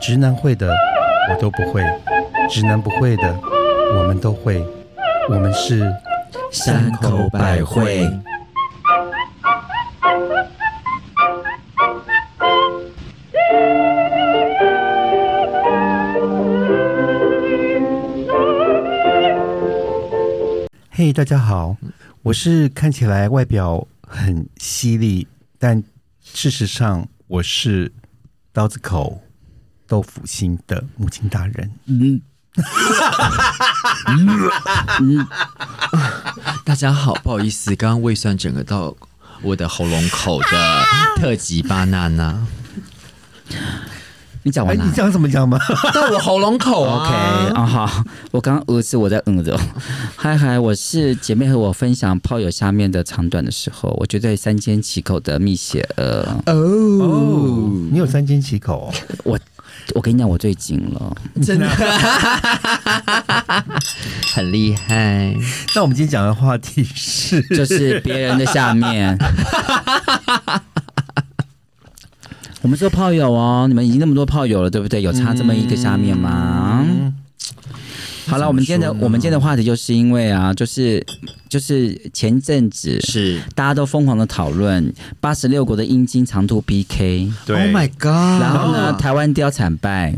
直男会的我都不会，直男不会的我们都会，我们是山口百惠。嘿、大家好，我是看起来外表很犀利，但事实上我是刀子口豆腐心的母亲大人。大家好，不好意思，刚刚胃酸整个到我的喉咙口 的特级巴娜娜。你讲哎、完了你讲怎么讲吗？到我喉咙口？OK 啊、好，我刚刚呃是我在嗯的哦，嗨嗨，我是姐妹和我分享炮友下面的长短的时候，我绝对三缄其口的蜜雪呃儿。哦，你有三缄其 口、哦，我我跟你讲，我最精了，真的很厉害。那我们今天讲的话题是，就是别人的下面。我们做炮友哦，你们已经那么多炮友了，对不对？有差这么一个下面吗？好了，我们今天的我们今天的话题就是因为啊，就是就是前阵子是大家都疯狂的讨论八十六国的阴茎长途 PK， ，Oh my God！然后啊呢，台湾貂惨败，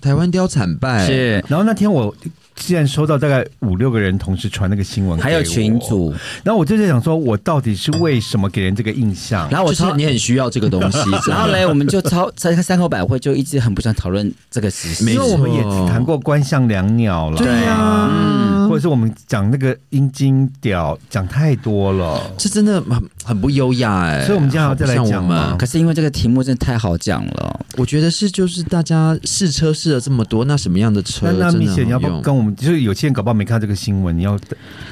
台湾貂惨败，是然后那天我竟然收到大概五六个人同时传那个新闻，还有群，主，然后我就在想说，我到底是为什么给人这个印象？然后我就是超，你很需要这个东 西。然后嘞，我们就超三三口百惠就一直很不想讨论这个时事没因为我们也错谈过观象良鸟了，对啊嗯或者是我们讲那个阴茎屌讲太多了，这真的很很不优雅哎、所以我们今天要好不再来像我讲们啊吗可是因为这个题目真的太好讲了，我觉得是就是大家试车试了这么多，那什么样的车那真的那好蜜雪，你要不要用跟我们？就是有些人搞不好没看到这个新闻，你要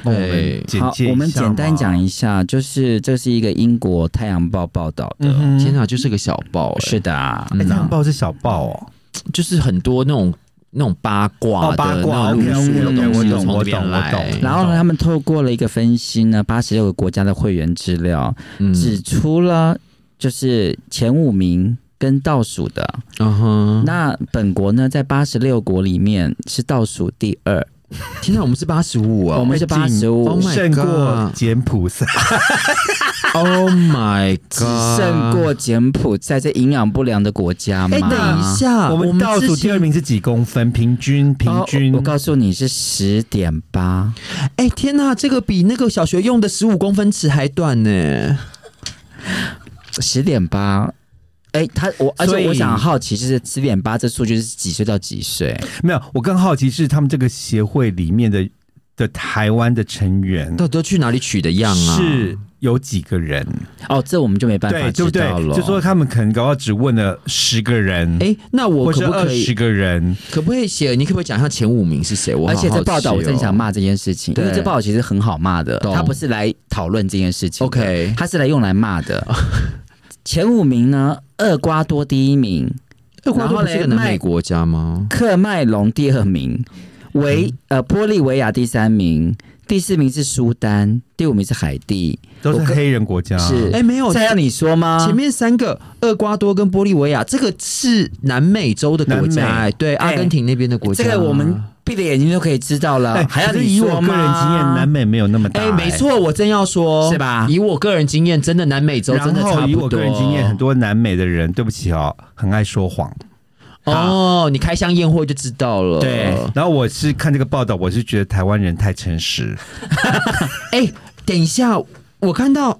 帮我们对简好介一下，我们简单讲下。一下，就是这是一个英国《太阳报》报道的，嗯哼，天哪，啊就是个小报、是哎，的啊，哎，嗯这样报是小报哦，就是很多那种那种八卦哦的、八卦那，OK，OK，种路数的东我懂西都从我这懂我边懂来，然后呢，他们透过了一个分析呢，八十六个国家的会员资料，嗯指出了就是前五名跟倒数的。嗯哼，那本国呢，在八十六国里面是倒数第二，天哪，我们是八十五啊，哦 我们是被八禁十五 Oh，my 哎哦胜过 God 柬埔寨， Oh my God，只剩过柬埔寨这营养不良的国家哎，等吗？一 下，我们倒数之第前二。名是几公分？平均平哦均我我告诉你是十点八，哎，天哪，这个比那个小学用的十五公分尺还短呢。十点八。哎，他我而所以且我想好奇，就是十点八这数据是几岁到几岁？没有，我更好奇是他们这个协会里面的的台湾的成员到底都去哪里取的样啊？是有几个人，哦，这我们就没办法对对知不对道了。？就说他们可能搞到只问了十个人，哎，那我或可者不二可以十个人，可不可以写？你可不可以讲一下前五名是谁？我好而且这好报道奇我真哦的想。骂这件事情，因为对这报道其实很好骂的，懂他不是来讨论这件事情的 OK 他是来用来骂的。前五名呢，厄瓜多第一名，厄瓜然多哎后不是嘞个南麦美国家吗？克麦隆第二名，维呃玻利维亚第三名，第四名是苏丹，第五名是海地。都是我跟黑人国家，是哎，没有，再让你说啊吗？前面三个厄瓜多跟玻利维亚，这个是南美洲的国家，南美哎对，阿根廷那边的国家。这个我们闭着眼睛就可以知道啊了，哎，还要可是你以说我个人经验，吗南美没有那么大、哎，没。错，我正要说，是吧以我个人经验，真的南美洲真然的差后以不我多个。人经验，很多南美的人，对不起哦，很爱说谎。啊哦，你开箱验货就知道了。然后我是看这个报道，我是觉得台湾人太诚实，哎，等一下，我看到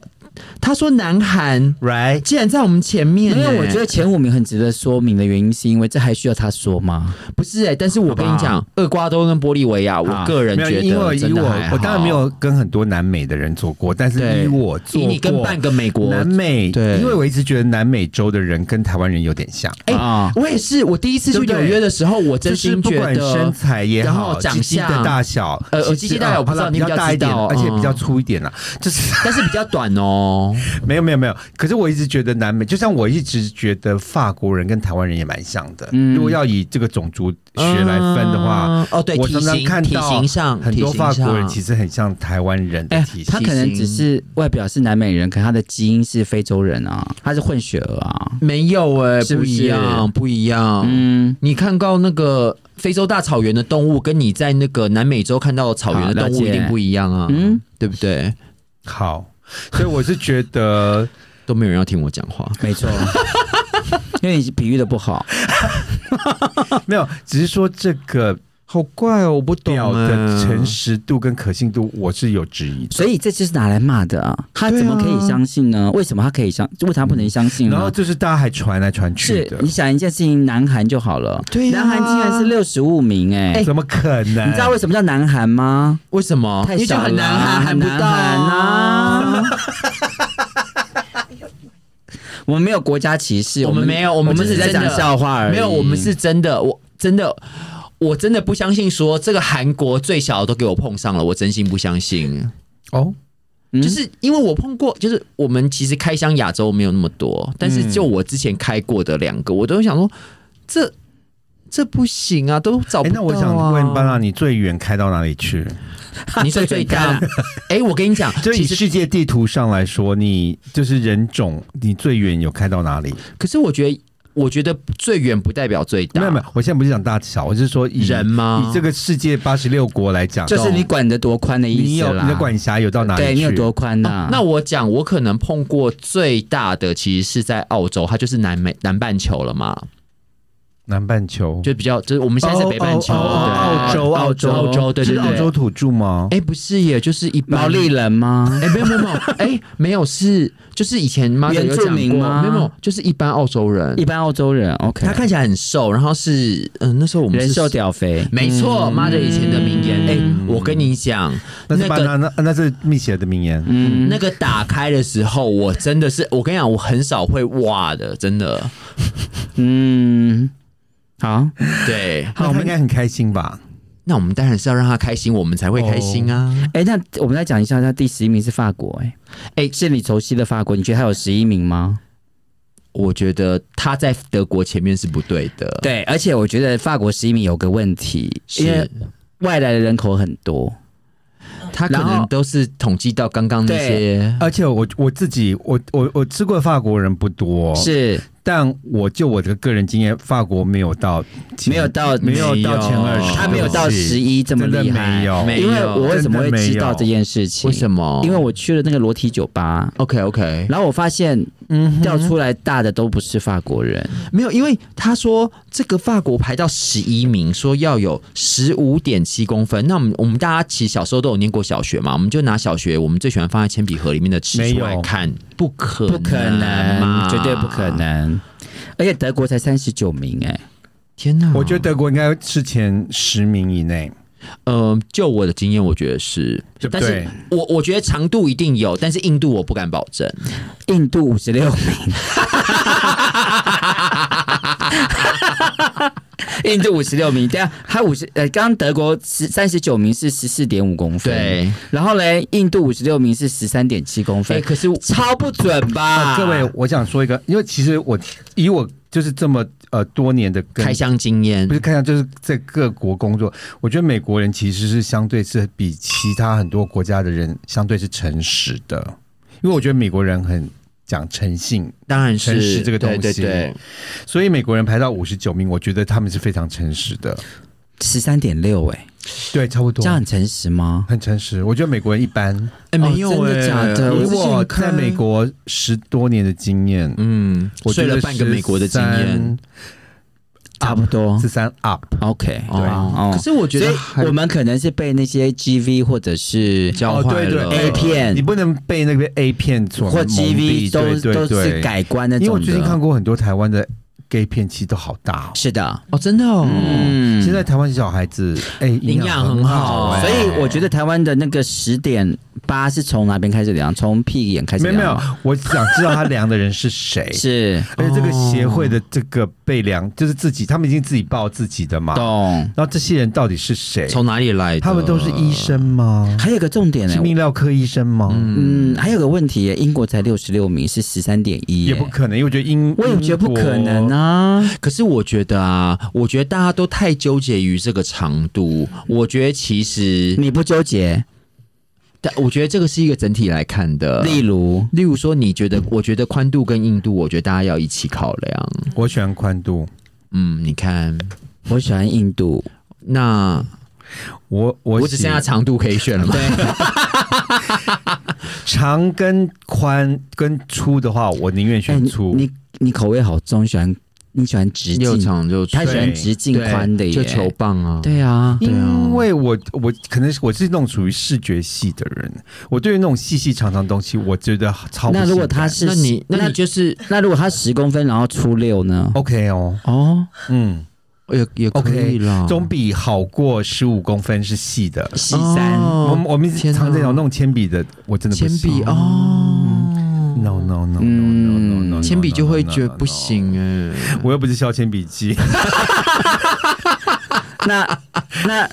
他说南韩 right？竟然在我们前面，因为我哎觉得前五名很值得说明的原因，是因为这还需要他说吗？不是哎、但是我跟好你不好讲，厄瓜多跟玻利维亚，我个人啊没有觉因得为以真的我还好我当然没有跟很多南美的人做过，但是对以我做以过，你跟半个美国，南美，对因为我一直觉得南美洲的人跟台湾人有点像，哎啊我也是，我第一次去对不纽对约的时候，我真就是心不觉管身得。材也然好，后长鸡鸡的相大小，呃其实啊鸡鸡大小我不知好知啦比较道你比较大一知点，道而且比较嗯粗一点啦，就是。但是比较短哦，哦，没有没有没有，可是我一直觉得南美，就像我一直觉得法国人跟台湾人也蛮像的。嗯如果要以这个种族学来分的话，嗯，哦对，我体常常型看体到型上，很多体型法国人上其实很像台湾人的哎体，型。他可能只是外表是南美人，可他的基因是非洲人啊，他是混血儿啊。没有哎、是不不一是样，不一样。嗯，你看到那个非洲大草原的动物，跟你在那个南美洲看到的草原的动好物了一解定不一样啊，嗯对不对？好，所以我是觉 得都没有人要听我讲话。没错，因为你比喻的不好。没有，只是说这个好怪哦，我不懂表哎的诚实度跟可信度，我是有质疑的。啊所以这就是拿来骂的啊！他对啊怎么可以相信呢？啊为什么他可以相？为什么他不能相信嗯然后呢？就是大家还传来传去是的你，想一件事情，南韩就好了。对啊呀南韩竟然是六十五名哎、怎么可能？你知道为什么叫南韩吗？为什么？太因为哦就小了啊，很难喊，喊不到啊 很难喊啊。我们没有国家歧视，我们没有我我们们就是只在真的讲笑话而已。没有，我们是真的，我真的。我真的不相信，说这个韩国最小的都给我碰上了，我真心不相信。哦，嗯就是因为我碰过，就是我们其实开箱亚洲没有那么多，但是就我之前开过的两个，我都想说这这不行啊，都找哎、不那到、啊我想问班长，你最远开到哪里去？ 哦你说最大？ 哎、我跟你 讲，就以其实世界地图上来说，你就是人种，你最远有开到哪里？可是我觉得，我觉得最远不代表最大，没有没啊有，我现在不是讲大小，我是说以人吗？以这个世界八十六国来讲，哦就是嗯你管得多宽的你意思有啦。你的管辖有到哪里去？对你有多宽哦呐、嗯那我讲，我可能碰过最大的其实是在澳洲，它就是南美南半球了嘛，南半球，就比较就是我们现在是北半球，哦哦对哦澳洲澳洲澳洲澳洲，对是对对，澳洲土著吗？哎、不是耶，就是一般毛利人吗？哎、没有没有没有，哎、没有是，就是以前妈的有原住讲过，没民吗有没有，就是一般澳洲人一，般澳洲人，OK，他看起来很瘦，然后是，嗯、那时候我们人是瘦，嗯屌肥，没错，妈的以前的名言，哎、我跟你讲，哎那是那巴个拿那那是密歇尔的名言。嗯，那个打开的时候，我真的是，我跟你讲，我很少会哇的，真的，嗯，好，对，那我们应该很开心吧？那我们当然是要让他开心，我们才会开心啊，哎、那我们再讲一下，他第十一名是法国、哎，哎哎，是你熟悉的法国，你觉得他有十一名吗？我觉得他在德国前面是不对的，对，而且我觉得法国十一名有个问题，因为是。外来的人口很多，他可然后能都是统计到刚刚那对些，而且我我自己我我我吃过的法国人不多，是但我就我的个人经验，法国没有到前没有哦到没有到前没二有十，他没有到对不起十一这么真的厉害没，有没因为我为什么会知道这件事情？为什么？么？因为我去了那个裸体酒吧， OK OK，然后我发现嗯哼调出来大的都不是法国人，没有，因为他说这个法国排到十一名，说要有十五点七公分。那我们我们大家其实小时候都有念过小学嘛，我们就拿小学我们最喜欢放在铅笔盒里面的尺没出有来看，不可不可嘛嗯能，绝对不可！能。而且德国才三十九名、哎，天哪，我觉得德国应该是前十名以内，呃，就我的经验，我觉得是，对不但是对？我我觉得长度一定有，但是硬度我不敢保证。印度五十六 名，印度五十六名，对啊，他五十呃，刚刚德国十三十九名是十四点五公分，对，然后嘞，印度五十六名是十三点七公哎、分，可是我超不准吧？ 啊，各位，我想说一个，因为其实我以我就是这么呃多年的跟开箱经验不是看一下，就是在各国工作，我觉得美国人其实是相对是比其他很多国家的人相对是诚实的，因为我觉得美国人很讲诚信，当然诚实是这个东西哦对对对所以美国人排到五十九名，我觉得他们是非常诚实的，十三点六，哎，对，差不多这样很诚实吗？很诚实。我觉得美国人一般，哎、哦没有、真的哎假的以我之前我在美国十多年的经验，嗯，我觉睡得了半个美国的经验。哦差不多十三 up， ，OK，对哦可是我觉所得以我们可能是被那些 GV 或者是教哦坏对对了 A 片你不能被那个 A 片所或蒙蔽 GV 都对对都对是改观那因为我种最近的看。过很多台湾的 gay 片其实都好大哦。是的，哦，真的哦，嗯，现在台湾小孩子，哎、营养很很好哎所以我觉得台湾的那个十点八是从哪边开始量？从屁眼开始没有量没有吗？，。我想知道他量的人是谁是哦而且这个协会的这个被量，就是自己，他们已经自己报自己的嘛。懂。然后这些人到底是谁？从哪里来的？他们都是医生吗？还有个重点呢、欸是泌尿科医生吗？嗯，还有个问题耶、英国才六十六名，是十三点一，也不可能，哦因为我觉得英，我也觉得不可能啊。可是我觉得啊，我觉得大家都太纠结于这个长度。我觉得其实，你不纠结，但我觉得这个是一个整体来看呃的。例如例如说，你觉得，我觉得宽度跟硬度，我觉得大家要一起考量。英国。我喜欢宽度，嗯，你看，我喜欢印度，那我我我只喜剩下长度可以选了吗？长跟宽跟粗的话，我宁愿哎选你粗。你你口味好重，喜欢你喜欢直又径，长又粗他喜欢直径对宽的耶，就球棒啊。对啊，对啊因为我我可能是我是那种属于视觉系的人，我对于那种细细长长的东西，我觉得超不那如果性感他是那你那那你就是那如果他十公分，然后出六呢？ OK 哦，哦，嗯，也也可 OK，以啦。总比好过十五公分是细的。十三、哦我们我们一直天哪常在讲那种铅笔的，我真的不铅行笔哦， No no no no no no 嗯 no, no，铅笔就会觉得 no, no, no, no, no 不。行哎、我又不是削铅笔机，那那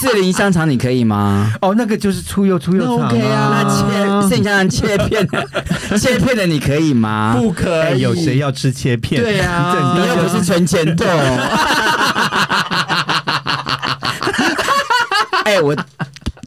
四零香肠你可以吗？哦，那个就是粗又粗又长啊那切四零香肠切片的 切片的你可以吗？不可哎，有谁要吃切片？对啊这你你又不是存钱筒。 哎、我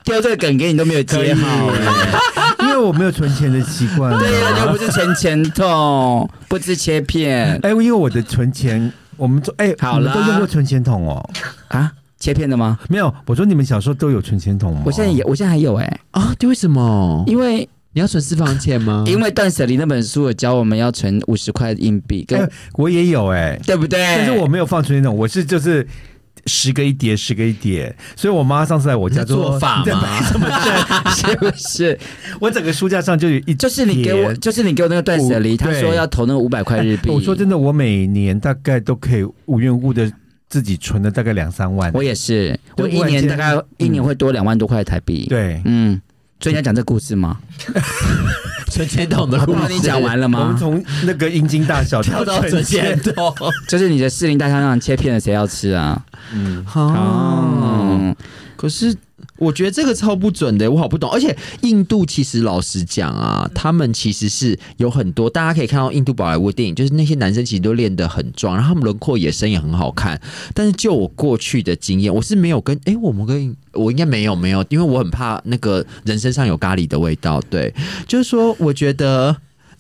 丢这个梗给你都没有接好、哎因为我没有存钱的习惯。对呀、你又不是存钱筒，不吃切片 哎，因为我的存钱，我们都哎，好你们都啦用过存钱筒哦？啊？切片的吗？没有，我说你们小时候都有存钱筒吗？我现在也，我现在还有哎、啊？对，为什么？因为你要存私房啊钱吗？因为断舍离那本书有教我们要存五十块硬币，跟、哎，我也有哎，对不对？但是我没有放存钱筒，我是就是。十个一叠，十个一叠，所以我妈上次来我你家在说做法你在摆吗？什么阵？ 是不是？ 我整个书架上就有一，就是你给我，就是你给我那个断舍离，五他说对哎要投那个五百块日币。我说真的，我每年大概都可以无缘无故的自己存了大概两三万。我也是，对我一我以年前大嗯概一年会多两万多块台币。，对，嗯，所以你要讲这故事吗？存钱筒的我故帮事你讲完了我们吗？从那个阴茎大小 跳到 存钱，筒。就是你的四零大香肠切片了，谁要吃啊？嗯，哦，嗯，。可是我觉得这个超不准的，我好不懂。而且印度其实老实讲啊，他们其实是有很多大家可以看到印度宝莱坞电影，就是那些男生其实都练得很壮，然后他们轮廓也深也很好看。但是就我过去的经验，我是没有跟诶，我们跟我应该没有没有，因为我很怕那个人身上有咖喱的味道。对，就是说我觉得。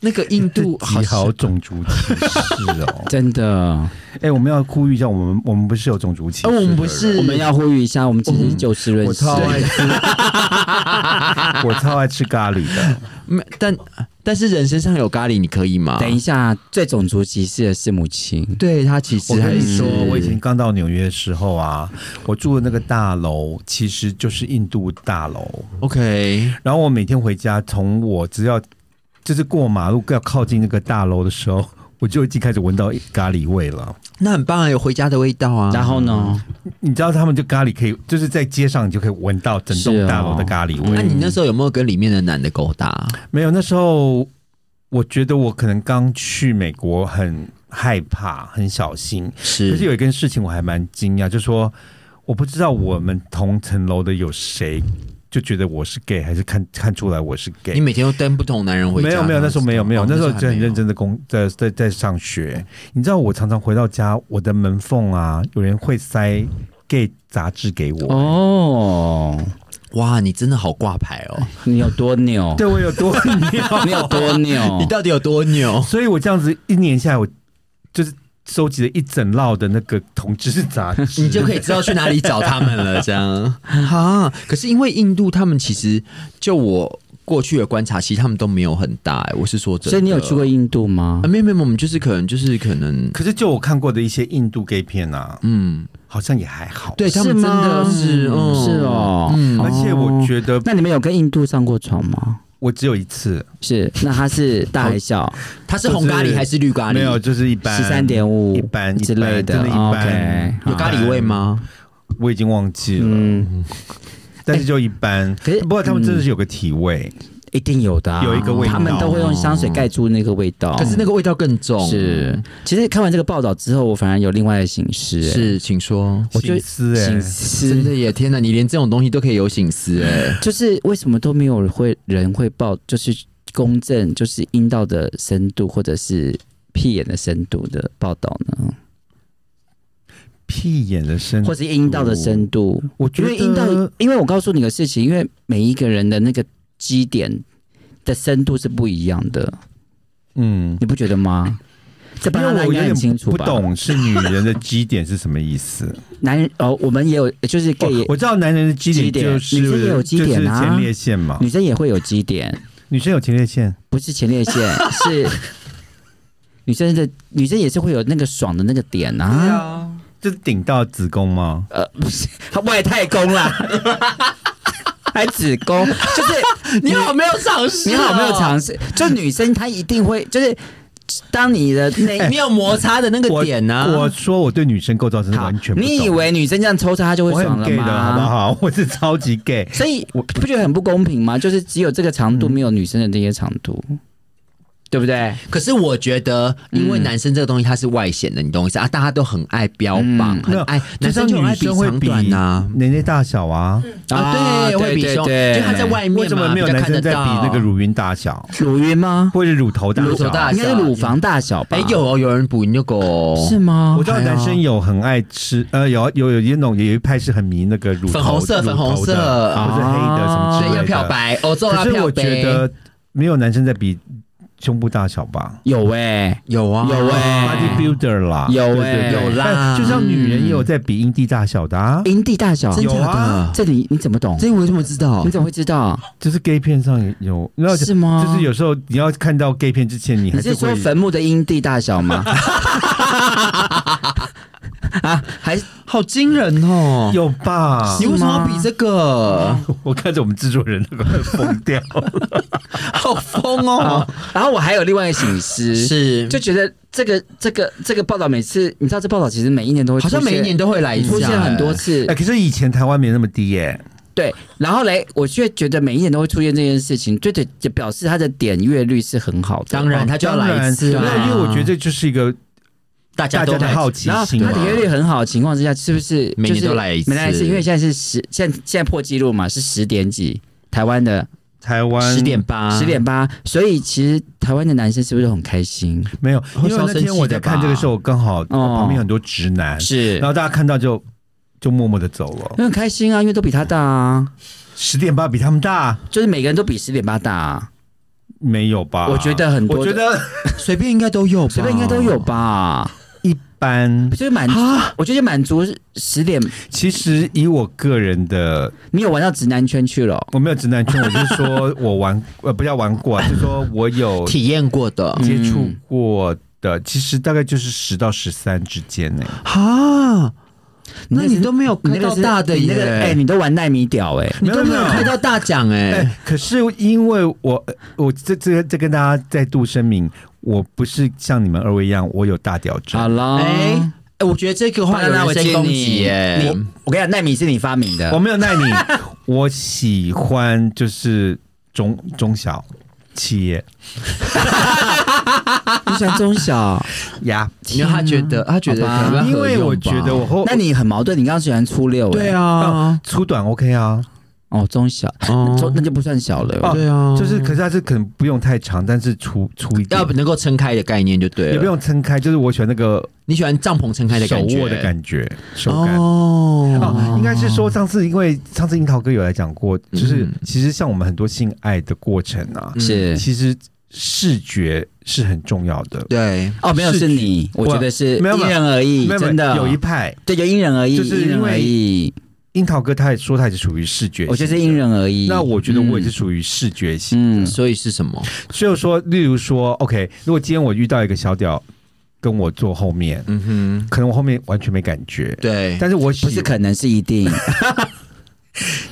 那个印度极像 好种族歧视哦真的，哎，我们要呼吁一下，我们我们不是有种族歧视呃，的人，我们不是，我们要呼吁一下，我们只是就事论我事。超爱 吃，我超爱吃咖喱的。没，但但是人身上有咖喱，你可以吗？等一下，最种族歧视的是母亲。对他其实我跟还你是说，我以前刚到纽约的时候啊，我住的那个大楼其实就是印度大楼， OK，然后我每天回家，从我只要就是过马路要靠近那个大楼的时候，我就已经开始闻到咖喱味了。那很棒啊，有回家的味道啊。然后呢？你知道他们就咖喱可以，就是在街上你就可以闻到整是栋啊哦大楼的咖喱味。那、你那时候有没有跟里面的男的勾搭？没有，那时候我觉得我可能刚去美国，很害怕，很小心。可是是有一件事情我还蛮惊讶，就说我不知道我们同层楼的有谁就觉得我是 gay，还是看看出来我是你 gay。每天都跟不同男人回家？没有没有，那时候没有没有，哦那时候还就很没有认。真的工在在在上学。你知道我常常回到家，我的门缝啊，有人会塞 gay 杂志给我。哦，哇，你真的好挂牌哦！你有多 牛？对我有多你有多哦牛你？到底有多 牛？所以我这样子一年下来，我就是收集了一整摞的那个同志杂 志。你就可以知道去哪里找他们了，这样 哈。可是因为印度他们其实就我过去的观察，其实他们都没有很大、欸。我是说真的，所以你有去过印度吗啊？？没有没有，我们就是可能就是可能，可是就我看过的一些印度 gay 片啊，嗯，好像也还好。对他们真的吗是，嗯，是哦。嗯，而且我觉得那你们有跟印度上过床吗？我只有一次，是，那它是大还是小？它是红咖喱还是绿咖喱？没有，就是一般哦十三点五一般之类哦的，真一般嗯 OK，。有咖喱味吗？我已经忘记了，嗯， 哎但是就一般。可是嗯不过他们真的是有个体味，一定有的、啊，有一个味道他们都会用香水盖住那个味道。可是那个味道更重。嗯是，其实看完这个报道之后，我反而有另外的形式、欸是，请说。我就醒思哎醒真思，的耶！天哪，你连这种东西都可以有隐私哎！就是为什么都没有会人会报，就是公正，就是阴道的深度或者是屁眼的深度的报道呢？屁眼的深，或是阴道的深，度？嗯我觉因得为阴道，因为我告诉你个事情，因为每一个人的那个基点的深度是不一样的，嗯。你不觉得吗？ 这因巴为拉我拉有应该点很清楚不吧？懂是女人的 基点是什么意思？男人哦，我们也有，就是哦 gay，也、我知道男人的基基点点就是女生也有基点啊就是前列腺嘛。女生也会有基点，女生有前列腺，不是前列腺， 是女生的女生也是会有那个爽的那个点啊，就是顶到子宫吗？呃，不是外太空 啦，还子宫，就是你好没有尝啊试哦，你好没有尝试，就女生她一定会就是。当你的那哎哎你有摩擦的那个我点啊呢、我说我对女生构造真的好完全，不懂。你以为女生这样抽插她就会我爽很了 gay 的吗？好不好？ 我是超级 gay，所以我不觉得很不公平吗？就是只有这个长嗯度，没有女生的这些长度，对不对？可是我觉得，因为男生这个东西它是外显的，你懂我意思啊？大家都很爱标榜，嗯没很有爱，就男像生就很女爱比生会长比短啊呐、年龄大小啊，啊，对，会比胸，就他在外面嘛，为什么没有比较男看得生在比那个到？乳晕大小，乳晕吗？或者乳头大乳头大啊小？应该是乳房大小吧？哎、有哦，有人补那个哦是吗我？知道男生有很爱吃，呃，有有有一种有一派是很迷那个乳头粉红乳色头的粉红色啊或者黑的什么所之类以的。要漂白，欧洲要可是漂我白。觉得没有男生在比胸部大小吧有哎、有啊，有哎，bodybuilder 啦，有欸对对对有啦但就像女人也有在比阴蒂大小的啊，阴蒂大小，真有假的？啊这里你怎么懂？这我怎么知道你？怎么会知道？就是 gay 片上也有，然后是吗？就是有时候你要看到 gay 片之前，你还你是会说坟墓的阴蒂大小吗？啊，还好惊人哦！有吧？你为什么要是吗比这个？ 我看着我们制作人都快疯掉，好疯 哦！然后我还有另外一个醒思，是，就觉得这个这个这个报道每次，你知道这报道其实每一年都会好出现，像每一年都会来一下，出现很多哎。次哎，，可是以前台湾没那么低耶，对，然后嘞，我却觉得每一年都会出现这件事情，对对，就表示它的点阅率是很好的。当然，他就要当然来一次啊！没有因为我觉得这就是一个大大家家都的来好奇然后心它嘛。点阅率很好的情况之下，是不是每年就是都来一次每年来一次，因为现在是十，现在现在破纪录嘛，是十点几，台湾的台湾十点八，十点八，所以其实台湾的男生是不是都很开心？没有，因会为烧那生天气我的哦在看这个时候，刚好我旁边很多直男，是然，后大家看到就就默默的走了。很开心啊，因为都比他大啊，十点八比他们大就是每个人都比十点八大啊，没有吧？我觉得很多的我觉 得随便应该都有吧，随便应该都有吧，一般。就是满，我觉得满足十点，其实以我个人的你有玩到直男圈去了哦。我没有直男圈，我就是说我玩 呃，不叫玩过啊，就是说我 有体验过的接触过的，其实大概就是十到十三之间呢、啊。那那个是你都没有你开那个到是大的你那个哎、耶，你都玩耐米屌哎、你都没没有有没有开到大奖哎、哎，可是因为我我这这这跟大家再度声明，我不是像你们二位一样，我有大屌症。好了，哎哎，我觉得这个话有那我人接身攻击你，耶，你我跟你讲，耐米是你发明我的，没有耐你，我喜欢就是中中小企业你喜欢中 小，呀因为他觉得他觉得啊好吧可能要因合为用我吧觉得我后那你很矛盾，你刚刚喜欢初六、哎，对，啊，粗短 OK 啊，哦中小，哦中那就不算小了、哦对啊，就是可是它是可能不用太长，但是粗粗一点要，能够撑开的概念就对也不了。用撑开，就是我喜欢那个你喜欢帐篷撑开的手感觉，握的感觉，手感。哦哦，，应该是说上次，因为上次樱桃哥有来讲过，就是其实像我们很多性爱的过程嗯啊，是其实视觉是很重要的。对，哦，没有是是你，我觉得是没有没因有人而异，没有没有真的有一派对，就因人而异，就是因人因为而异，樱桃哥他也说他也是属于视觉，我觉得是因。人而嗯异。那我觉得我也是属于视觉型，嗯，嗯，所以是什么？所以说，例如说，OK，如果今天我遇到一个小屌跟我坐后面，嗯哼，可能我后面完全没感觉，对，但是我不喜 是可能是一定，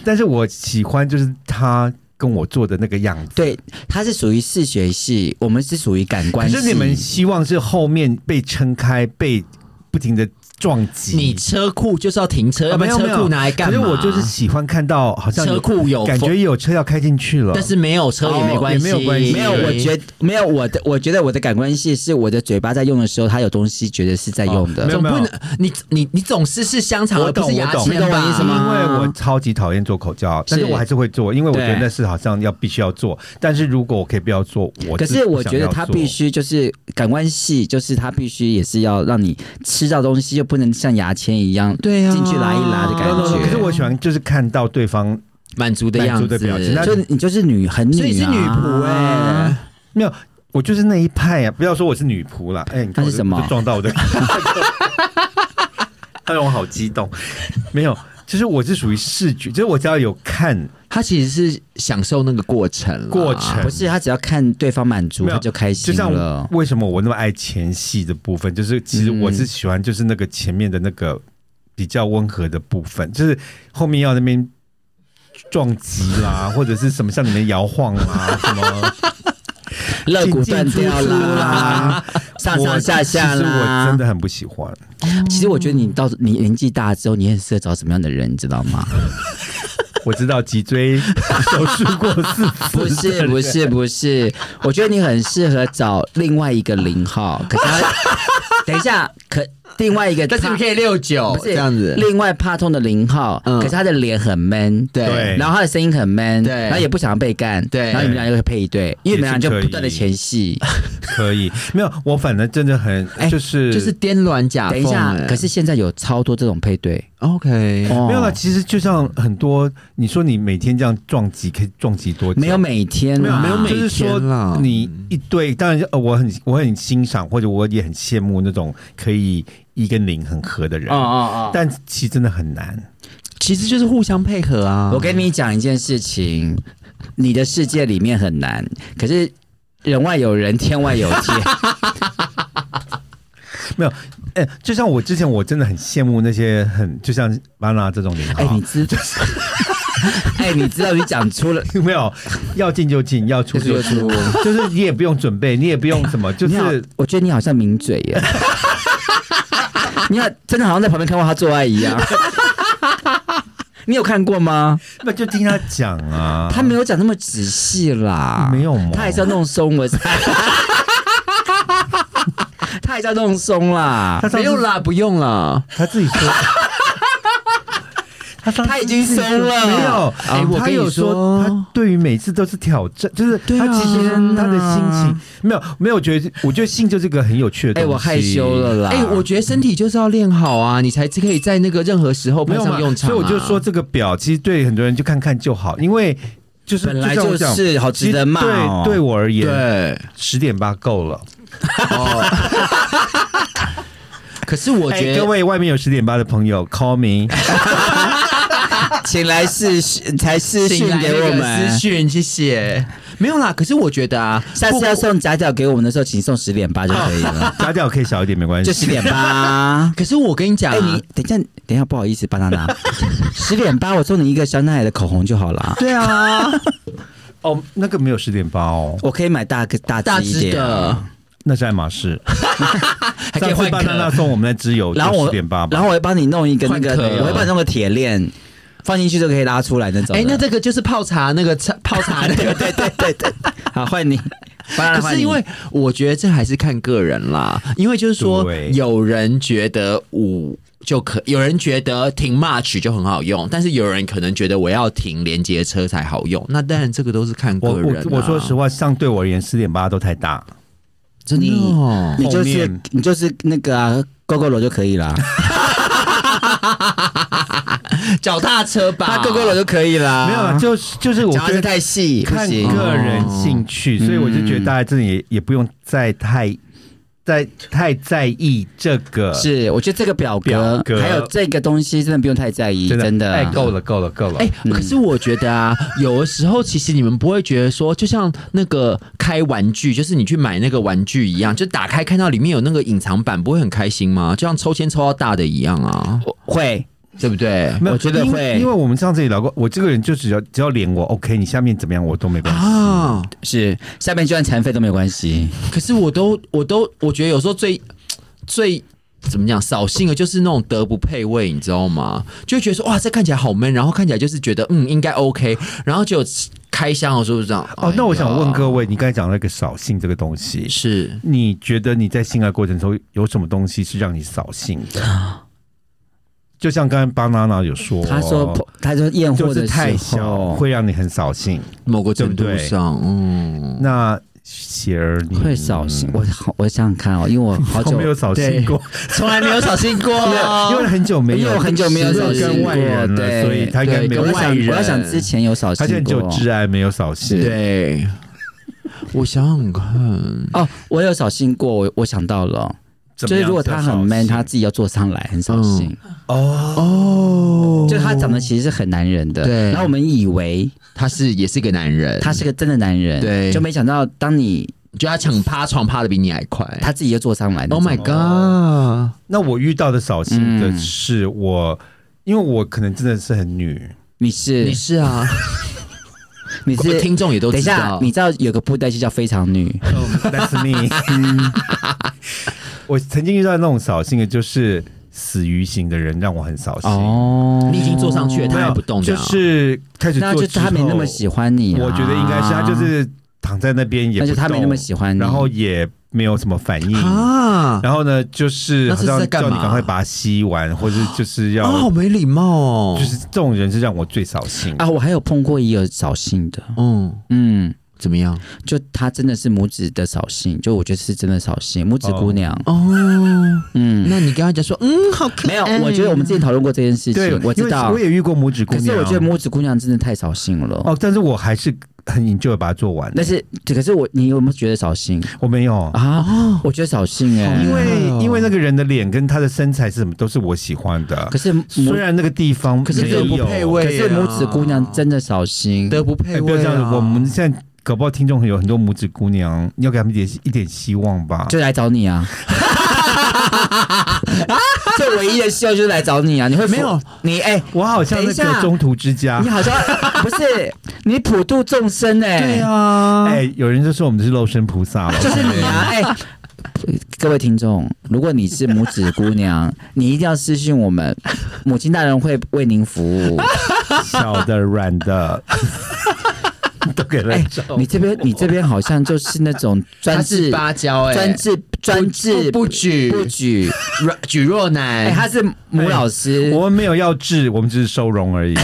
但是我喜欢就是他跟我做的那个样子。对，它是属于视觉系，我们是属于感可官系。是你们希望是后面被撑开，被不停的撞击。你车库就是要停车，啊要不没然有没车有库拿来干可嘛？是我就是喜欢看到好像有车库有感觉有车要开进去了，但是没有车也没关系，哦也没有关系没有，我觉没有我的，我觉得我的感官系是我的嘴巴在用的时候，它有东西觉得是在用的。哦没有总不能你你你总是是香肠，我而懂不是牙我懂签你懂我意吧嗯思吗因为我超级讨厌做口罩，但是我还是会做，因为我觉得那是好像要必须要做。但是如果我可以不要做，我可是我觉得它必须就是感官系，就是它必须也是要让你吃到东西，就不能像牙签一样对啊进去拉一拉的感不想要做。觉。可是我喜欢就是看到对方满足的满样足子的表情那就你就是女很女、啊，所以是女仆哎，没有。我就是那一派啊！不要说我是女仆啦，哎、你看那我是什么就撞到我的， 哎呦，我好激动。没有，就是我是属于视觉，就是我只要有看他其实是享受那个过程啦，过程，不是她只要看对方满足，没有她就开就心像了。为什么我那么爱前戏的部分，就是其实我是喜欢就是那个前面的那个比较温和的部分，就是后面要那边撞击啦， 或者是什么像你们摇晃啦，什么肋骨进断进出掉出啦，啦，上我上下下啊其实我啦真。的很不喜欢。其实我觉得你到你年纪大之后，你很适合找什么样的人，你知道吗？我知道脊椎 手术过四次， 不是不是不是，我觉得你很适合找另外一个零号，可是他等一下，可另外一个但是怕你可以六九不是这样子，另外怕痛的零号，嗯可是他的脸很 man，对然后他的声音很 man，对然后也不想被干，对然后你们俩就会配对，因为你们俩就不断的前戏。可以没有，我反正真的很哎就是就是颠鸾甲等凤一下哎，可是现在有超多这种配对， OK，没有啦，哦，其实就像很多，你说你每天这样撞击，可以撞击多久？嗯没有每天啊没有啦，没有每就是天啦说你一对，当然是呃我很我很欣赏，或者我也很羡慕那种可以一跟零很合的人，哦哦哦。但其实真的很难。其实就是互相配合啊。我跟你讲一件事情，你的世界里面很难，可是人外有人，天外有天。哎、就像我之前，我真的很羡慕那些很就像巴娜这种零啊哎、号，你知道？ 哎，你知道你讲出了， 有没有要进就进，要出就出， 就是你也不用准备，你也不用什么，就 你好是，我觉得你好像抿嘴耶。 你好，真的好像在旁边看过他做爱一样。 你有看过吗？那就听他讲啊。他没有讲那么仔细啦，没有吗 他还是要弄松我。他还是要弄松啦他，不上用次啦，不用啦。他自己 说。他上次他已经自己说松了没有？哎我他跟你有说他对于每次都是挑战，就是对啊他其实他的心情没有没有觉得，我觉得性就是一个很有趣的东哎，西。我害羞了啦。哎、我觉得身体就是要练好啊，你才可以在那个任何时候没派有嘛上用场、啊啊所以我就说，这个表其实对很多人就看看就好，因为就是本来像我就讲是好其值实得骂哦。对对我而言，对，十点八够了。哦。 可是我觉哎，得，各位外面有十点八的朋友，call me。请来私讯，才私请讯来给那个我们私讯，谢谢。没有啦，可是我觉得啊，下次要不送夹角给我们的时候，请送十点八就可以 了，家教可以小一点没关就系，十点八。可是我跟你讲、 哎、啊，你等一下，等一下，不好意思，巴拿拿， 十点八，我送你一个香奈儿的口红就好了。对啊，哦，那个没有十点八哦，我可以买大个大大只一只点，的，那是爱马仕。还可以上换次巴娜娜壳。送我们那只有然后我十点八吧，然后我会帮你弄一个那个换，壳我会帮你弄个铁链，放进去就可以拉出来那种的。哎、那这个就是泡茶那个茶泡哎茶 那个。 对对对对，好换 你，巴拿拿可换是你因为我觉得这还是看个人啦，因为就是说对，有人觉得五就可，有人觉得停 March 就很好用，但是有人可能觉得我要停连接车才好用。那当然这个都是看我个我人、啊我说实话，像对我而言，十点八都太大。真的你哦、你就后是面你就是那个啊，勾勾楼就可以 啦，脚踏车 吧，勾勾楼就可以啊啦，没有啦，就是就是我脚觉是得太细，不看行。个人兴趣，嗯所以我就觉得大家真的也也不用再太再太在意这个，是，我觉得这个表格表格还有这个东西真的不用太在意，真的。哎，够了够了够了，哎、可是我觉得啊，有的时候其实你们不会觉得说，就像那个开玩具，就是你去买那个玩具一样，就打开看到里面有那个隐藏版，不会很开心吗？就像抽签抽到大的一样啊。会，对不对？没有我觉得因会因为我们上次也聊过，我这个人就只要只要脸我 OK，你下面怎么样我都没关系。啊，是下面就算残废都没有关系。可是我都我都我觉得有时候最最怎么讲扫兴的就是那种德不配位，你知道吗？就会觉得说哇，这看起来好闷，然后看起来就是觉得嗯应该 OK，然后就开箱的时候就这样。哎哦，那我想问各位，位，你刚才讲那个扫兴这个东西，是你觉得你在性爱过程中有什么东西是让你扫兴的？就像刚才巴娜娜有说，哦他说，他说验就货是的时太小候会让你很扫兴。某个程度对不对上，嗯，那喜儿你会扫兴。我好，我想想看哦，因为我 好我久嗯没有扫对兴过，从来没有扫 兴过哦因为很久没因为有我很久没有扫兴跟外人过了，对所以他应该没有我对在跟外想，人我在想之前有扫他现在兴只有过。挚爱没有扫兴。对。 我想想看，哦，我有扫兴过，我我想到了，怎就么是样如果他很 man，他自己要坐上来，很扫兴。嗯哦，就他长得其实是很男人的，对然后我们以为他是也是个男人，他是个真的男人，对就没想到当你你觉得他抢趴床趴的比你还快。他自己就坐上来那 Oh 种。 my god！那我遇到的扫兴的嗯是我，因为我可能真的是很女，你是你是啊， 你是听众也都等一知下道，。你知道有个布袋戏叫《非常女》， That's me 我曾经遇到那种扫兴的，就是死鱼型的人让我很扫兴。哦你已经坐上去了，他没有还不动啊这嗯就样，是开始那做就之是他没那么喜欢、欢你、啊，我觉得应该是他就是躺在那边也不那动，就他没那么喜欢你然后也没有什么反应。啊然后呢，就是那好这是在像干叫嘛你赶快把它吸完，或者就是要，啊，好没礼貌哦就。是这种人是让我最扫兴。啊，我还有碰过也有扫兴的，嗯，嗯，怎么样？就他真的是拇指的扫兴，就我觉得是真的扫兴，拇指姑娘，哦，嗯，那你跟他讲说，嗯，好可爱。没有，我觉得我们之前讨论过这件事对情，，我因知为道我，也遇过拇指姑可娘，是我觉得拇指姑娘真的太扫兴了，哦，但是我还是很 enjoy 把它做完。但是可是我你有没有觉得扫兴我没有，啊？我觉得扫兴哎、哦因为、哦因为那个人的脸跟他的身材是什么，都是我喜欢的。可是虽拇然啊那个地方可是没这有个不配位可是拇指姑娘真的扫兴，德不配哎不要位这样啊子，我们现在搞不好听众很有很多拇指姑娘，你要给他们一点一点希望吧。就来找你 啊。这唯一的希望就是来找你啊！你会没有你哎、我好像那等一个下中途之家你。好 像不是你普度众生哎、对啊，哎、有人就说我们是肉身菩萨了， 就是你 啊哎、各位听众，如果你是拇指姑娘，你一定要私信我们，母亲大人会为您服务。小的、软 的，哎都给来找。你这边你这边好像就是那种哦专他制是芭蕉哎，专制专制不不举不举，软举弱哎、男，他是母老师，哎我们没有要治，我们只是收容而已，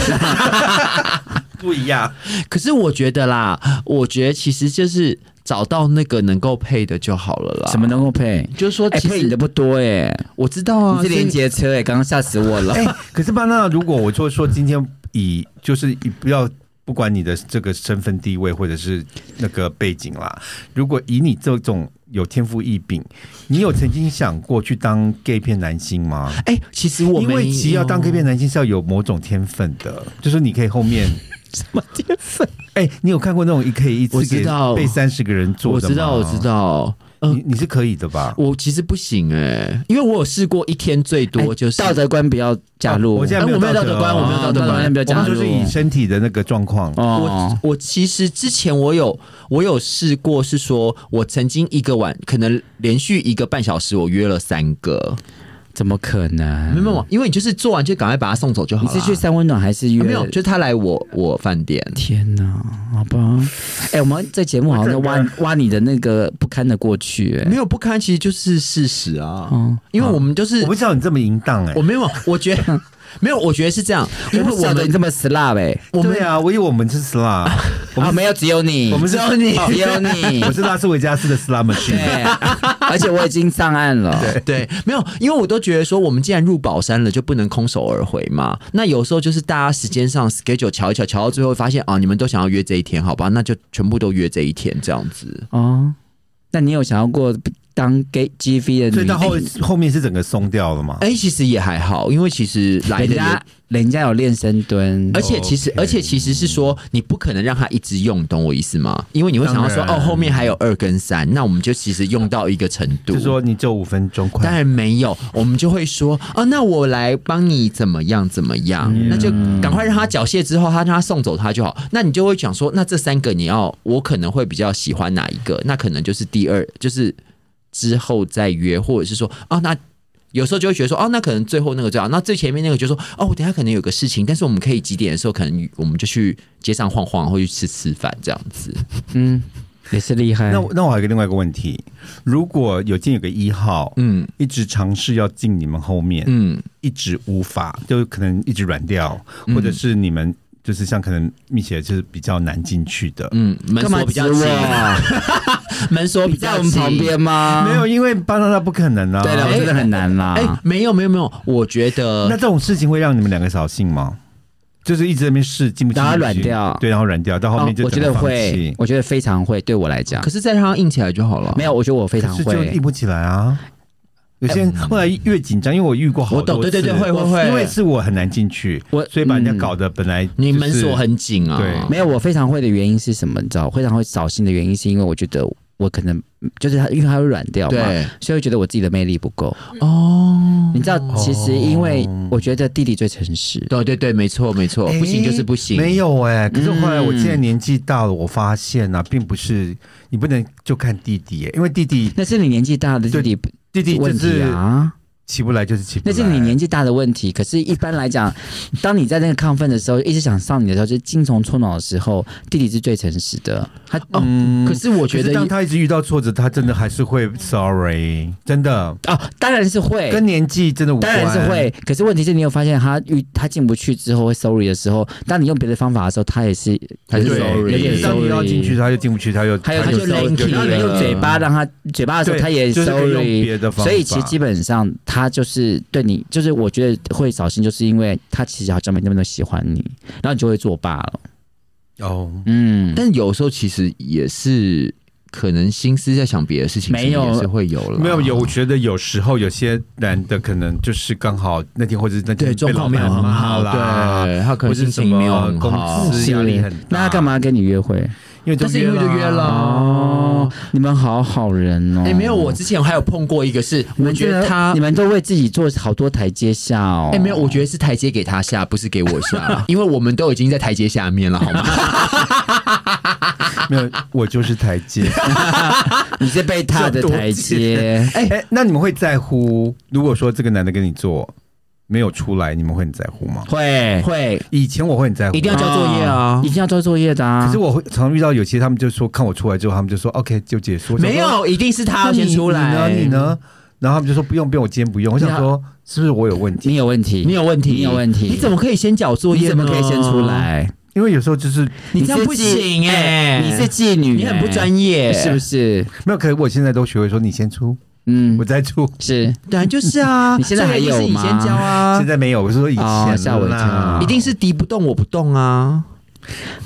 不一样。哎可是我觉得啦，我觉得其实就是找到那个能够配的就好了啦。什么？能够配？就是说，哎、其配你的实不多哎、我知道啊，你是连所以接车哎、刚刚吓死我了。哎、可是巴娜，如果我就说今天以就是以不要不管你的这个身份地位或者是那个背景啦，如果以你这种有天赋异禀，你有曾经想过去当 gay 片男星吗？哎、其实我因没为其实要当 gay 片男星是要有某种天分的，就是你可以后面什么天分？哎、你有看过那种一可以一次我知给道被三十个人做我的知道，我知，道，你你是可以的吧？我其实不行哎、因为我有试过一天最哎多就是道德观不要加入。啊我现在没有哎我没有道道德观哦我没有道德观观，不要我加们入。就是以身体的那个状况。哦我，我其实之前我有我有试过，是说我曾经一个晚可能连续一个半小时，我约了三个，怎么可能？没有没有，因为你就是做完就赶快把他送走就好你了。啊是去三温暖还是约？啊没有，就是他来我我饭店，天哪，好吧。哎、我们这节目好像在挖挖你的那个不堪的过去、哎没有不堪，其实就是事实啊，嗯因为我们就是我不知道你这么淫荡哎、我没有，我觉得 没有，我觉得是这样，因为我不我晓得你们这么 slap 哎、我对啊，我以为我们是 slut，我啊，们没有，只有你，我们是只有你，哦 只 有你我。是拉斯维加斯的 slut machine。对，而且我已经上岸了。 对，没有，因为我都觉得说，我们既然入宝山了，就不能空手而回嘛。那有时候就是大家时间上 schedule 瞧一瞧，瞧到最后发现啊，你们都想要约这一天，好吧，那就全部都约这一天这样子。哦，那你有想要过当 gay G V 的所以女到后帝后面是整个松掉了嘛？哎、其实也还好，因为其实来人的也家人家有练深蹲，而且其实哦 OK 而且其实是说，你不可能让他一直用，懂我意思吗？因为你会想要说，当然哦，后面还有二跟三，那我们就其实用到一个程度。就说你就五分钟当快，然没有，我们就会说，哦，那我来帮你怎么样怎么样，嗯那就赶快让他缴械之后，他让他送走他就好。那你就会想说，那这三个你要，我可能会比较喜欢哪一个？那可能就是第二，就是之后再约，或者是说，啊，那。有时候就会觉得说，哦，那可能最后那个最好，那最前面那个就说，哦，我等一下可能有个事情，但是我们可以几点的时候，可能我们就去街上晃晃，或去吃吃饭这样子。嗯也是厉害。那我那我还有另外一个问题，如果有进有个一号，嗯一直尝试要进你们后面，嗯，一直无法，就可能一直软掉，或者是你们就是像可能蜜雪就是比较难进去的。嗯，门干嘛锁比较指紧， 我？门锁你比在较我们紧旁边吗？没有，，因为巴拿那不可能啊。对了，我哎真的很难啦。哎、没有没有没有，我觉啊那得这种事情会让你们两个扫兴吗？就是一直在那边试，进不进去，然后软掉对，然后软掉，到哦后面就我觉整个得放会弃，，我觉得非常会，对我来讲可，是再让它硬起来就好了。没有，我觉得我非可常是就会硬。不起来啊。有些人后来越紧张，因为我遇过好哎嗯我懂多次，对对对会会会因为是我很难进去，我所以把人家嗯搞得本来你就是门锁很紧啊。对没有，我非常会的原因是什么？你知道，我非常会扫兴的原因是因为我觉得我可能就是它，因为它会软掉嘛，对所以我觉得我自己的魅力不够。嗯哦，你知道，其实因为我觉得弟弟最诚实，哦对对对，没错没错，哎不行就是不行。嗯没有哎、可是后来我现在年纪大了，我发现啊，并不是你不能就看弟弟、欸，因为弟弟那是你年纪大的弟弟弟弟就问题是啊，起不来就是起不那来，是你年纪大的问题。可是，一般来讲，当你在那个亢奋的时候，一直想上你的时候，就是精虫冲脑的时候，弟弟是最诚实的。他哦，嗯可是我觉可是得当他一直遇到挫折，他真的还是会 sorry，真的哦，当然是哎会，跟年纪真的无当关，然是会。可是问题是你有发现他遇他进不去之后会 sorry 的时候，当你用别的方法的时候，他也是还是对。 sorry 有点就是当你 sorry 要进去，他就进不去，他又还有他他就就 lanky 然后了你用嘴巴让他嘴巴的时嗯候，对他也就是可以用别 sorry 的。方法所以其实基本上他就是对你，就是我觉得会扫兴，就是因为他其实好像没那么多喜欢你，然后你就会作罢了。哦，嗯，但有时候其实也是可能心思在想别的事情，没有什么也是会有了。没有有，我觉得有时候有些男的可能就是刚好那天或者是那天对状被老况没板有很骂好，啦，对他可或能者心是什情没有么很好公。司压力很大，嗯那他干？嘛跟你约会？因为但是因为就约了哦，你们好好人哦。哎、没有，我之前还有碰过一个是，你我们觉真的得他你们都为自己做好多台阶下哦。哎、没有，我觉得是台阶给他下，不是给我 下，因为我们都已经在台阶下面了，好吗？没有，我就是台 阶。你是被踏的台阶。哎、那你们会在乎？如果说这个男的跟你做没有出来，你们会很在乎吗？会哦会，以前我会很在乎，一定要交作业啊一。定要做作业的啊。可是我会常遇到有些他们就说看我出来之后，他们就说 OK 就结束。我想说没，有，一定是他那你先出来。你呢？你？呢？然后他们就说不用不用，我今天不用。我想说是不是我有问题？你有问题，你有问题，你有问题，你怎么可以先缴作你业？怎么可以先出？来？因为有时候就是你这样不行哎、你是妓女，你很不业，专业，是不是？是？没有，可是我现在都学会说你先出，嗯我，再出。是对啊，就是啊。 你现在还有作业一定是你先吗交啊现。在没有，我是说以前啦哦吓我一跳一定是敌不动我不动 啊，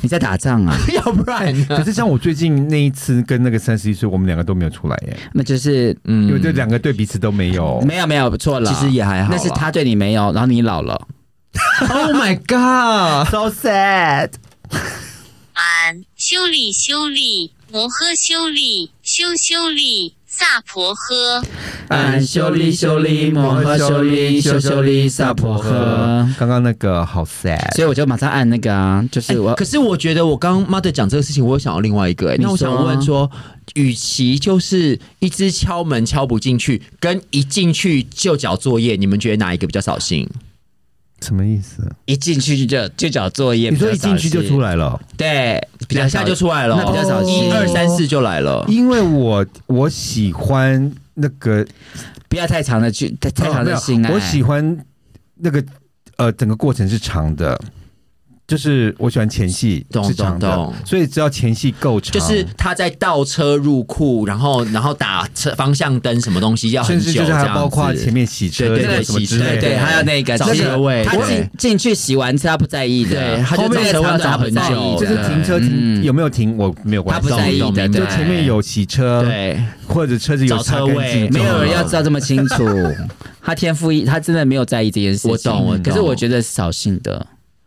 你在打仗啊？要不然呢可是像我最近那一次跟那个三十一岁，我们两个都没有出来耶，那就是 嗯因为这两个对彼此都没有。没有没有错了，其实也还好啦啊那是他对你没有，然后你老了。 Oh my God， So sad。俺修理修理摩诃修理修修理萨婆诃。俺修利修利摩诃修利修修利萨婆诃刚刚那个好 sad，所以我就马上按那个啊，就是 我哎可是我觉得我刚刚妈的讲这个事情，我有想到另外一个、欸，你那我说啊想问说，与其就是一直敲门敲不进去，跟一进去就交作业，你们觉得哪一个比较扫兴？什么意思？一进去就就找作业，你说一进去就出来，来了？对，比较两下就出来了，那比较扫兴一二三四就来了。因为我我喜欢那个不要太长的啊去太太哦长没的有心爱。我喜欢那个呃，整个过程是长的。就是我喜欢前戏懂是长的懂，懂所以只要前戏够长，就是他在倒车入库，然后然后打车方向灯什么东西要很甚至久这就是还样有子，包括前面洗车对对什么对什么洗之车类的，对，还有那个找就是车位他进进去洗完车他不在意的，对他就后面找车位场所找他不很在久意就的，是停车停嗯有没有停我没有关他系，不在意懂的，懂对就前面有洗车，，对，或者车子有擦找车干位净，没有人要嗯知道这么清楚。 他天赋异，他真的没有在意这件事情。我懂我懂可是我觉得是扫兴的，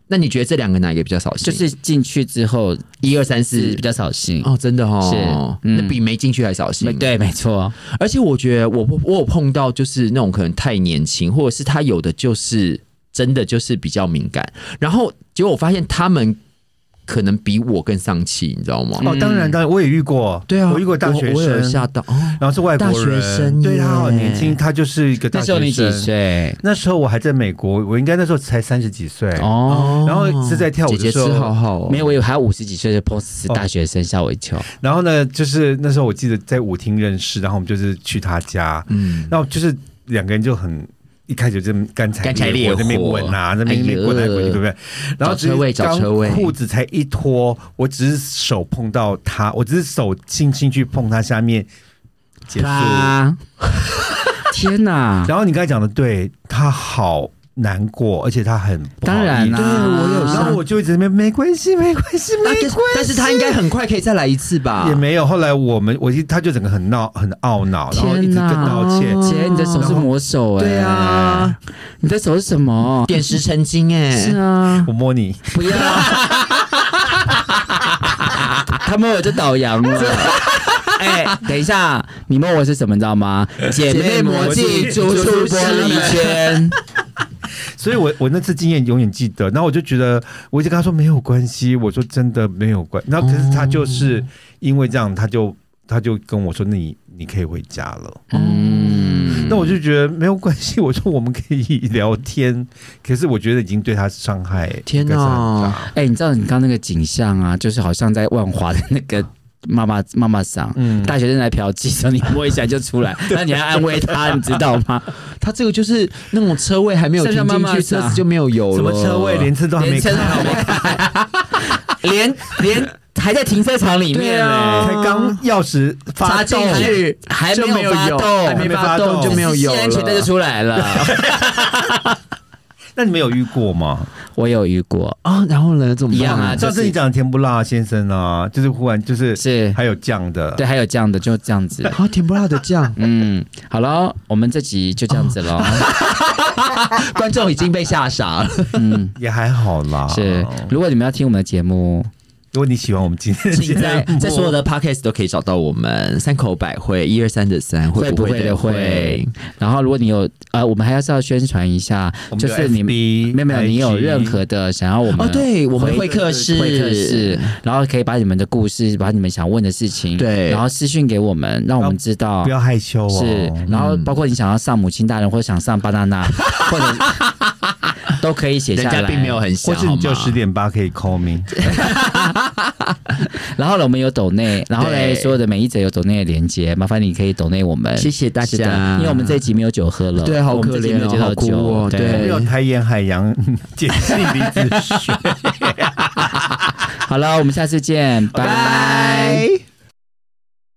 那你觉得这两个哪一个比较扫兴？就是进去之后一二三四是比较扫兴。嗯哦，真的哦，是嗯那比没进去还扫兴。没嗯对，没错，而且我觉得我我有碰到就是那种可能太年轻，或者是他有的就是真的就是比较敏感，然后结果我发现他们可能比我更丧气，你知道吗？哦，当然当然我也遇过，对啊，我遇过大学我我有生，吓到，哦、然后是外国人，大学生对耶他好年轻，他就是一个大那学时生。候你几？岁？那时候我还在美国，我应该那时候才三十几岁。哦，然后是在跳舞姐的姐时吃候，好好、哦，没有，我以为还有五十几岁的 POS 是大学生，吓我一跳。然后呢，就是那时候我记得在舞厅认识，然后我们就是去他家，嗯，然后就是两个人就很一开始就干柴干柴烈烈火火那边吻啊，那边哎呦滚来滚去，对不对？然后只是找车位找刚车位裤子才一脱，我只是手碰到他，我只是手轻轻去碰他下面，结束。啪！ 天 哪！然后你刚才讲的对，他好难过，而且他很不好当然啊意思啦、然后我就一直在那边没关系，没关系，没啊关但系是。但是他应该很快可以再来一次吧也？没有，后来我们我一他就整个很闹很懊恼，然后一直天跟哪道歉，姐，你的手是魔手哎、对啊，你的手是什么？点石成金哎、是啊，我摸你，不要。 他摸我就倒洋了。哎、等一下，你摸我是什么，你知道吗？姐妹魔镜，姐妹逐魔镜出玻璃圈。所以我我那次经验永远记得。然后我就觉得，我一直跟他说没有关系，我说真的没有关。然后可是他哦就是因为这样，他就他就跟我说你你可以回家了。嗯，那我就觉得没有关系， 我说我们可以聊天。可是我觉得已经对他伤害，天哪哪！哎、你知道你刚那个景象啊，就是好像在万华的那个妈妈妈妈桑。嗯，大学生来嫖妓，然后你摸一下就出来，那你还安慰他，你知道吗？他这个就是那种车位还没有停剩下妈进妈去，是啊车子就没有油了。什么车位连车都还没连车看都，还没开，连连还在停车场里面对啊呢、才刚钥匙插发进动，去还就没没有发油动，还没发动就没有油系安全带了就出来了。那你们有遇过吗？嗯我有遇过，啊、然后呢？怎么办一样啊上次你讲的甜不辣先生啊，就是忽然就是是还有酱的，对，，还有这样的，就这样子。，啊，甜不辣的酱嗯，好了，我们这集就这样子了。 观众已经被吓傻 了。嗯，也还好啦。是，如果你们要听我们的节目，如果你喜欢我们今天的节请在目，在所有的 podcast 都可以找到我们三口百惠一二三的三会不不会的的会会。。然后，如果你有呃，我们还要是要宣传一下我，们就有是你们 FB 没有没有，你有 IG 任何的想要我们哦，对，我们回会客室，会客室，然后可以把你们的故事，把你们想问的事情，对然后私讯给我们，让我们知道不。要害羞哦。是，然嗯后包括你想要上母亲大人，或者想上巴娜 娜，或者都可以写人下来。家并没有。很或想，是你就好十吗点八可以 call me，然后呢，我们有抖内，然后呢，对所有的每一则有抖内的连接，麻烦你可以抖内我们。谢谢大是的家，因为我们这一集没有酒喝了，对好我们可这集没有怜哦接到好哭酒哦对没有台盐海洋 解析离 子学。好了，我们下次见，拜拜。